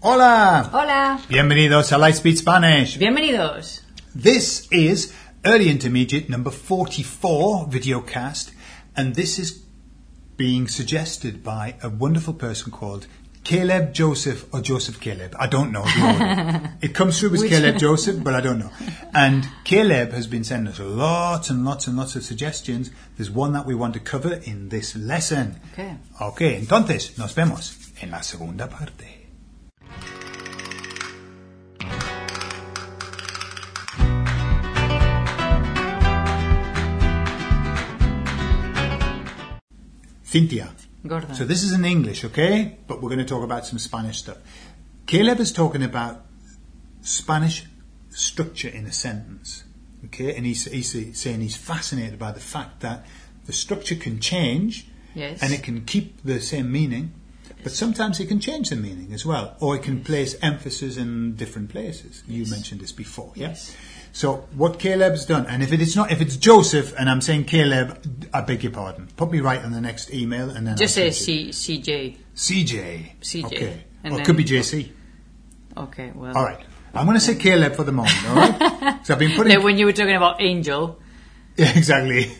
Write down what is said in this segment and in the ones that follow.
Hola! Hola, Bienvenidos a Lightspeed Spanish. bienvenidos. This is Early Intermediate number 44 videocast, and this is being suggested by a wonderful person called Caleb Joseph or Joseph Caleb. I don't know. the order. it comes through as Caleb Joseph, but I don't know. And Caleb has been sending us lots and lots and lots of suggestions. There's one that we want to cover in this lesson. Okay. Okay, entonces nos vemos en la segunda parte. Cynthia. Gordon. So this is in English, okay? But we're going to talk about some Spanish stuff. Caleb is talking about Spanish structure in a sentence, okay? And he's, he's saying he's fascinated by the fact that the structure can change Yes. and it can keep the same meaning, but sometimes it can change the meaning as well, or it can place emphasis in different places. You mentioned this before, yeah? Yes. So what Caleb's done, and if it's not, if it's Joseph, and I'm saying Caleb, I beg your pardon. Put me right on the next email, and then Just I'll say C CJ. CJ. CJ. Okay. And or it could be then- JC. Okay, well. All right. I'm going to say Caleb for the moment. All right. so I've been putting Like when you were talking about angel, Yeah, exactly.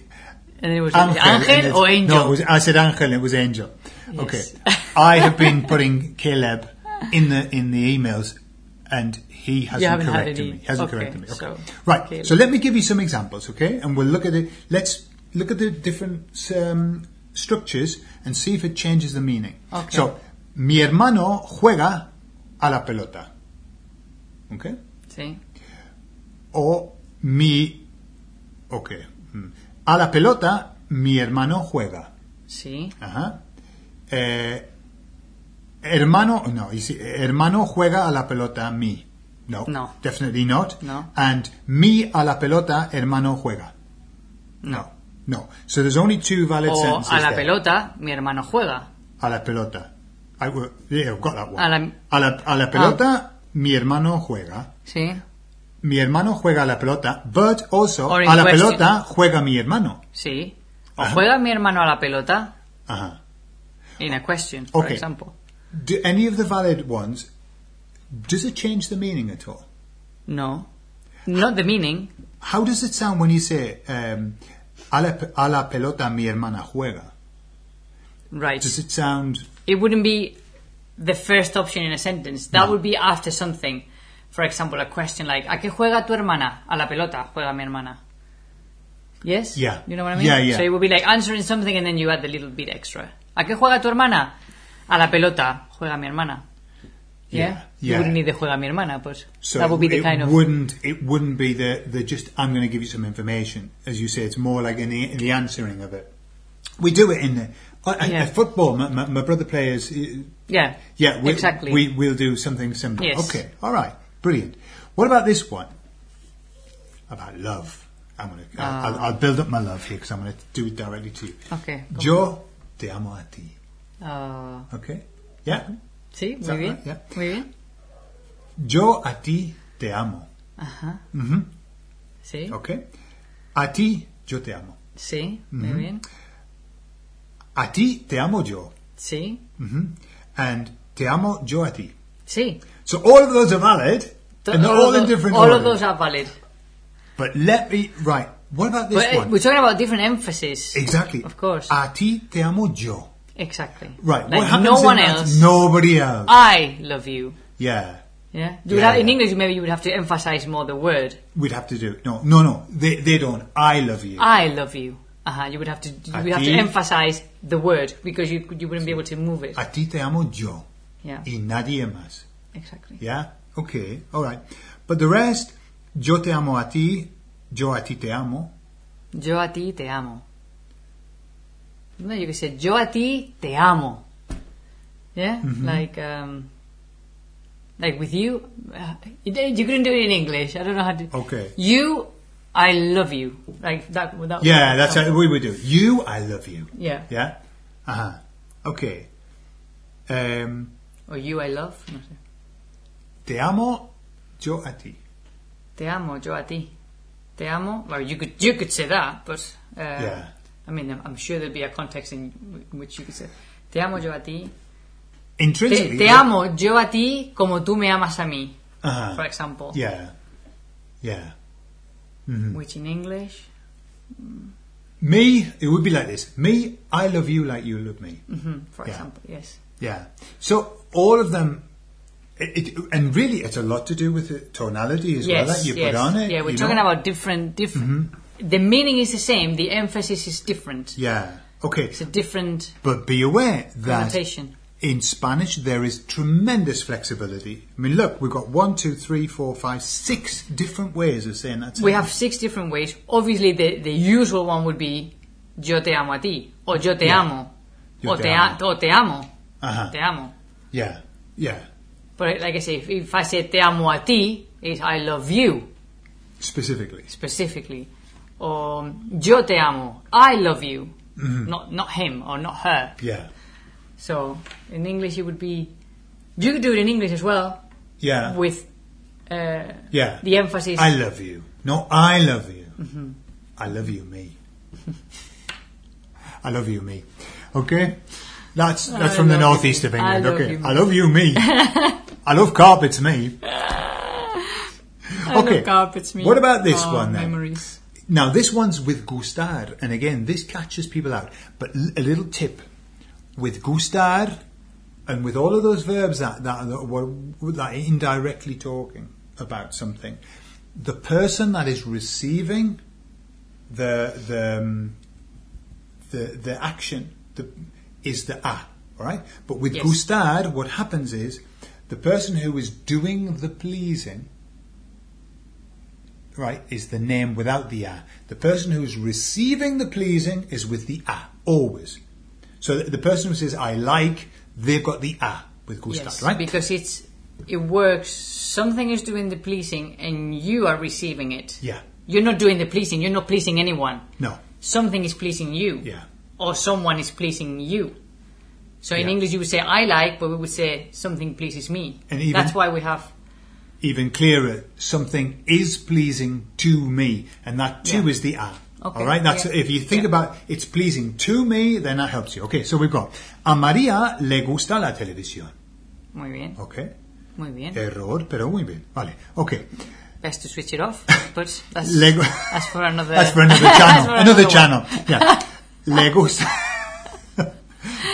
and it was Angel, and angel it's- or angel. No, it was, I said Angel. It was Angel. Okay. Yes. I have been putting Caleb in the in the emails, and he hasn't haven't had corrected any. me. Hasn't Okay, corrected me. Okay. so right. Caleb. So let me give you some examples, okay? And we'll look at it. Let's look at the different um, structures and see if it changes the meaning. Okay. So, mi hermano juega a la pelota. Okay. See? o mi... Ok. mm. A la pelota, mi hermano juega. See? Ajá. Eh, hermano, no, you see, hermano juega a la pelota, mi. No, No. definitely not. No. And mi a la pelota, hermano juega. No. No. So there's only two valid Or sentences a la there. pelota, mi hermano juega. A la pelota. I, will- yeah, I've got that one. A la- Ah. a la, a la pelota, mi hermano juega. See? mi hermano juega a la pelota, but also Or in a la question. pelota juega mi hermano. See? O Ajá. juega mi hermano a la pelota Ajá. in a question, for Okay. example. Do any of the valid ones, does it change the meaning at all? No. Not the meaning. How does it sound when you say, um, a, la, pe- a la pelota mi hermana juega? Right. Does it sound, it wouldn't be the first option in a sentence. That would be after something. For example, a question like, ¿A qué juega tu hermana? A la pelota, juega mi hermana. Yes? Yeah. You know what I mean? Yeah, yeah. So it would be like answering something and then you add a little bit extra. ¿A qué juega tu hermana? A la pelota, juega mi hermana. Yeah, Yeah? yeah. You wouldn't need the juega mi hermana, but so that would be the it kind of... wouldn't, it wouldn't be the, the just, I'm going to give you some information. As you say, it's more like in the, in the answering of it. We do it in the, I- I- Yeah. football, my, my, my brother plays, uh, Yeah. Yeah, we, exactly. We, we'll do something simple. Yes. Okay, all right, brilliant. What about this one? About love. I'm gonna, I'll, Ah. I'll, I'll build up my love here because I'm going to do it directly to you. Okay, go Yo te amo a ti. Uh, Okay? Yeah? sí, that muy bien. right? Yeah. Muy bien. Yo a ti te amo. Ajá. Sí, Okay? A ti yo te amo. sí, muy Mm-hmm. bien. A ti te amo yo. Sí, hmm And te amo yo a ti. sí. So all of those are valid and they're all, in tho- different All order. of those are valid. But let me, right, what about this But uh, one? we're talking about different emphasis. Exactly. Of course. A ti te amo yo. exactly. Right. Like what happens no in one that? else. Nobody else. I love you. yeah. Yeah. You would Yeah, have, In yeah. English, maybe you would have to emphasize more the word We'd have to do it. No, no, no. They, they don't. I love you. "I love you." Uh-huh. You would have to. You A would have to ti. emphasize the word because you could- you wouldn't be able to move it. A ti te amo yo. Yeah. Y nadie más. Exactly. Yeah? Okay. All right. But the rest, yo te amo a ti, yo a ti te amo. Yo a ti te amo. No, you could say "Yo a ti te amo." Yeah. Mm-hmm. Like um. Like with you, uh, you, you couldn't do it in English. I don't know how to. Okay. You, I love you. Like that. that Yeah, that's how we would do. it. You, I love you. Yeah. Yeah? Uh-huh. Okay. Um, Or you, I love. No sé. te amo yo a ti. Te amo, yo a ti. Te amo. Well, you could you could say that, but uh, Yeah. I mean, I'm, I'm sure there'll be a context in wh- which you could say Te amo, yo a ti. Te, intrinsically. te amo yo a ti como tú me amas a mí. Uh-huh. For example. Yeah. Yeah. Which in English. Me, it would be like this. Me, I love you like you love me. mhm, for Mm. Yeah. example, yes. Yeah. So all of them, it, it, and really, it's a lot to do with the tonality as yes, well that you yes. put on it. yeah, we're you talking know? Mm-hmm. about different, different. The meaning is the same. The emphasis is different. Yeah. Okay. It's a different But be aware that connotation. in Spanish there is tremendous flexibility. I mean, look, we've got one, two, three, four, five, six different ways of saying that. We sentence. have six different ways. Obviously, the, the usual one would be yo te amo a ti, or yo te Yeah. amo, Yo or te te, a- amo. o te amo, Uh-huh. te amo. Yeah. Yeah. But like I say, if, if I say te amo a ti, is I love you Specifically. specifically, or yo te amo, I love you, Mm-hmm. not not him or not her. Yeah. So in English, it would be you could do it in English as well Yeah. with uh, yeah. the emphasis. I love you. No, I love you. Mm-hmm. I love you, me. I love you, me. Okay, that's that's I from the love you, northeast of me. England. I love okay, you, me. I love you, me. I love carpets, me. okay. Look up, it's me. What about this Oh, one then? Memories. Now this one's with gustar, and again this catches people out. But l- a little tip with gustar, and with all of those verbs that that that, were, that are indirectly talking about something, the person that is receiving the the um, the, the action the, is the a, all right? But with Yes. gustar, what happens is the person who is doing the pleasing right, is the name without the a. The person who's receiving the pleasing is with the a, always. So the, the person who says, I like, they've got the a with Gustav, Yes, right? because it's it works. Something is doing the pleasing, and you are receiving it. yeah, You're not doing the pleasing. You're not pleasing anyone. no, Something is pleasing you, yeah, or someone is pleasing you. So in Yeah. English, you would say "I like," but we would say "something pleases me." And even- That's why we have even clearer, something is pleasing to me, and that too Yeah. is the a. Okay, All right, that's yeah. if you think Yeah. about it's pleasing to me, then that helps you. Okay, so we've got a María le gusta la televisión. muy bien, Okay, muy bien. error, pero muy bien. Vale, okay. Best to switch it off, but that's Lego- that's for another. That's for another that's channel. for another one. channel. Yeah. Le gusta.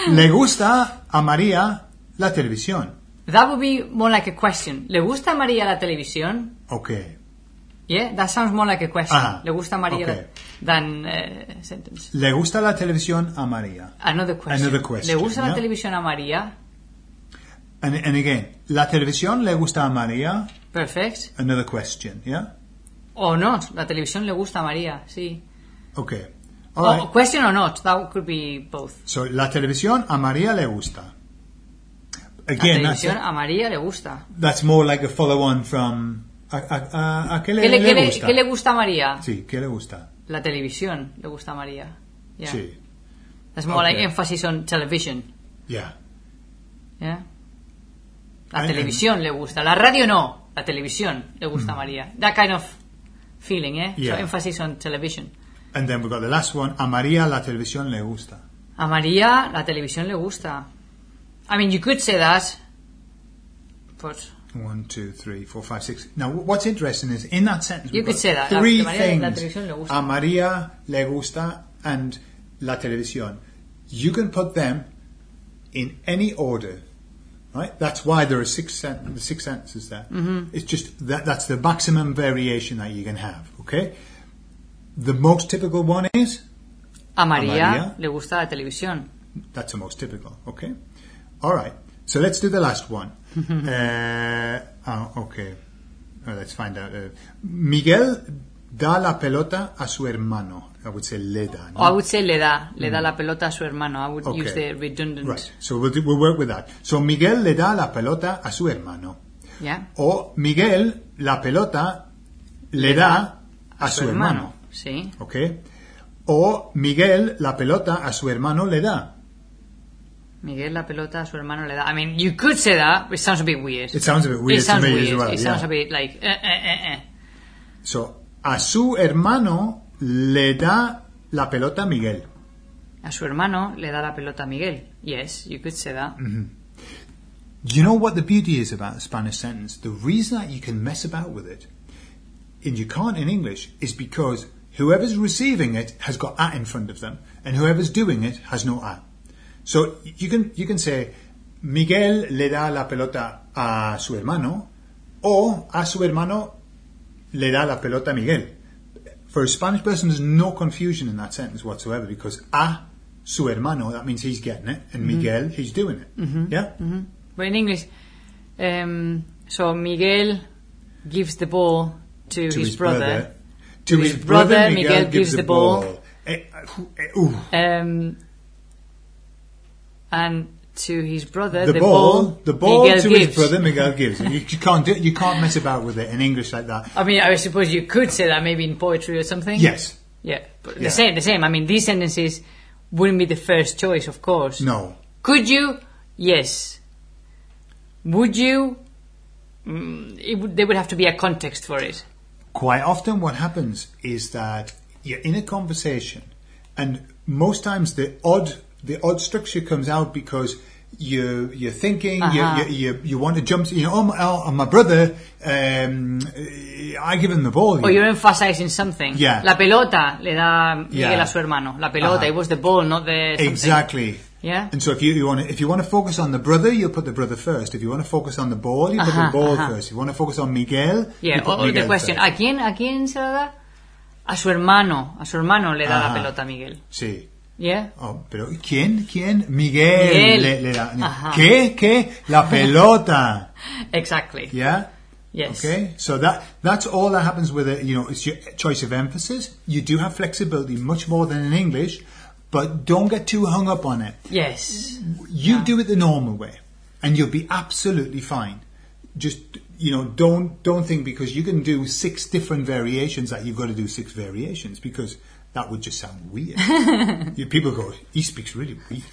Le gusta a María la televisión. That would be more like a question. ¿Le gusta a María la televisión? Okay. Yeah, that sounds more like a question. Ah, Le gusta María okay. than uh, sentence. Le gusta la televisión a María. Another question. Another question, Le gusta yeah. la televisión a María. And, and again, la televisión le gusta a María. Perfect. Another question. Yeah. Or not. La televisión le gusta a María. Sí. Okay. Or, All right. Question or not. That could be both. So la televisión a María le gusta. La Again, that's, televisión a María le gusta. that's more like a follow-on from. ¿A, a- a- a qué le, ¿Qué le, le qué le- gusta? qué le gusta a María? Sí, ¿qué le gusta? La televisión le gusta a María. Yeah. Sí. That's more like Okay. emphasis on television. Yeah. Yeah. La And- televisión le gusta. La radio no. La televisión le gusta a María. That kind of feeling, eh? Mm. Yeah. So emphasis on television. And then we've got the last one. A María la televisión le gusta. A María la televisión le gusta. I mean, you could say that, but One, two, three, four, five, six. Now, wh- what's interesting is in that sentence You we've could got say that, la- three la María- things. la televisión le gusta. A María le gusta and la televisión. You can put them in any order, right? That's why there are six sen- the six sentences there. Mm-hmm. It's just that that's the maximum variation that you can have. Okay. The most typical one is a María, María. le gusta la televisión. that's the most typical. Okay. All right. So let's do the last one. uh, oh, okay. Uh, let's find out. Uh, Miguel da la pelota a su hermano. I would say le da. no? Or I would say le da, le da la pelota a su hermano. I would Okay. use the redundant. Mm. Right. So we'll, do, we'll work with that. So Miguel le da la pelota a su hermano. Yeah. O Miguel la pelota le da a su hermano. Sí. Okay. O Miguel la pelota a su hermano le da. Miguel la pelota a su hermano le da. I mean, you could say that, but it sounds a bit weird. It sounds a bit weird It sounds to me weird. as well. it yeah. sounds a bit like eh, eh, eh, eh. So, a su hermano le da la pelota a Miguel. Mm-hmm. A su hermano le da la pelota a Miguel. Yes, you could say that. Do you know what the beauty is about the Spanish sentence? The reason that you can mess about with it, and you can't in English, is because whoever's receiving it has got at in front of them, and whoever's doing it has no at. So you can you can say Miguel le da la pelota a su hermano, or a su hermano le da la pelota a Miguel. For a Spanish person, there's no confusion in that sentence whatsoever because a su hermano that means he's getting it, and Miguel he's doing it. Yeah. But in English, um, so Miguel gives the ball to, his, brother. To his, brother, Miguel, gives the ball. Eh, eh, ooh. Um, and to his brother, the, the, ball, the ball Miguel to gives. his brother Miguel gives. You, you can't do it. You can't mess about with it in English like that. I mean, I suppose you could say that maybe in poetry or something. Yes. Yeah. But Yeah. The same. The same. I mean, these sentences wouldn't be the first choice, of course. No. Could you? Yes. Would you? Mm, it would, there would have to be a context for it. Quite often, what happens is that you're in a conversation, and most times the odd the odd structure comes out because you you're thinking you, Uh-huh. you, you you want to jump. You know, oh my, oh, my brother, um, eh, I give him the ball. Or Oh, you're emphasizing something. Yeah. La pelota le da Miguel Yeah. a su hermano. La pelota. Ajá. It was the ball, not the. something. Exactly. Yeah. And so if you, you want to, if you want to focus on the brother, you put the brother first. If you want to focus on the ball, you put the Ajá, ball ajá. first. If you want to focus on Miguel, you Yeah. put Or, or the Miguel question. first. ¿A quién? ¿A quién se la da? A su hermano. A su hermano le da Ajá. la pelota, Miguel. Sí. Yeah. Oh, pero ¿quién? ¿Quién? Miguel. Miguel. Le, le da- Ajá. ¿Qué? ¿Qué? La pelota. Exactly. Yeah. Yes. Okay. So that that's all that happens with it. You know, it's your choice of emphasis. You do have flexibility much more than in English, but don't get too hung up on it. Yes. You do it the normal way, and you'll be absolutely fine. Just you know, don't don't think because you can do six different variations that you've got to do six variations because that would just sound weird. You- People go, he speaks really weird.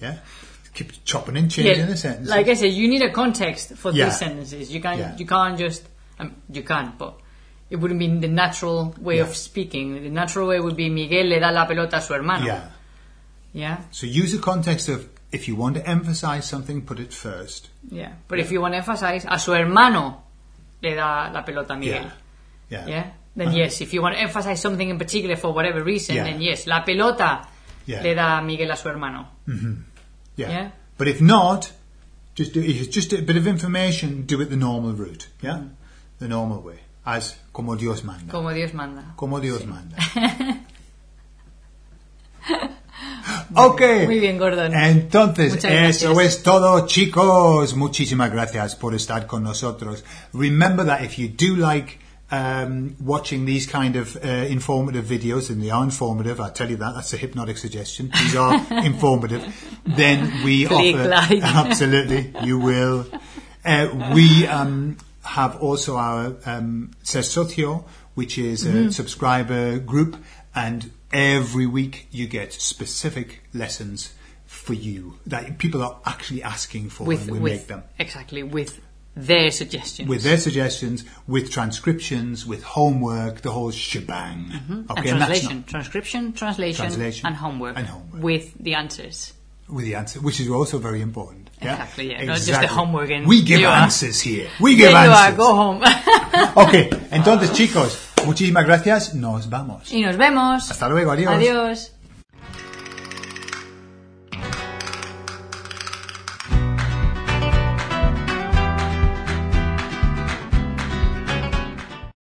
Yeah, keep chopping and changing Yeah, the sentence. Like I said, you need a context for Yeah. these sentences. You can't Yeah. you can't just um, you can't. But it wouldn't be the natural way Yeah. of speaking. The natural way would be Miguel le da la pelota a su hermano. yeah. Yeah. So use the context of if you want to emphasize something, put it first. Yeah. But if you want to emphasize, a su hermano le da la pelota a Miguel. Yeah. Yeah. Yeah. Then Uh-huh. yes, if you want to emphasize something in particular for whatever reason, Yeah. then yes, la pelota Yeah. le da Miguel a su hermano. Yeah. Yeah. But if not, just do, if it's just a bit of information, do it the normal route. Yeah? The normal way. As como Dios manda. Como Dios manda. Como Dios manda. ok. Eh. Muy bien, Gordon. Entonces, Muchas eso gracias. es todo, chicos. Muchísimas gracias por estar con nosotros. Remember that if you do like um, watching these kind of uh, informative videos, and they are informative, I tell you that, that's a hypnotic suggestion. These are informative. Then we Click offer. like. Absolutely, you will. Uh, we um, have also our um, Se Socio, which is a Mm-hmm. subscriber group, and every week you get specific lessons for you that people are actually asking for, With and we with make them exactly with their suggestions. with their suggestions, with transcriptions, with homework, the whole shebang. Okay, Mm-hmm. and that's translation, transcription, translation, Translation and homework, and homework. with the answers. not with the answer, which is also very important. yeah? Exactly, yeah, not just the homework and we give you are- answers here. We give There you are, answers. go home. Ok, entonces chicos, muchísimas gracias. Nos vamos. y nos vemos. Hasta luego, adiós. Adiós.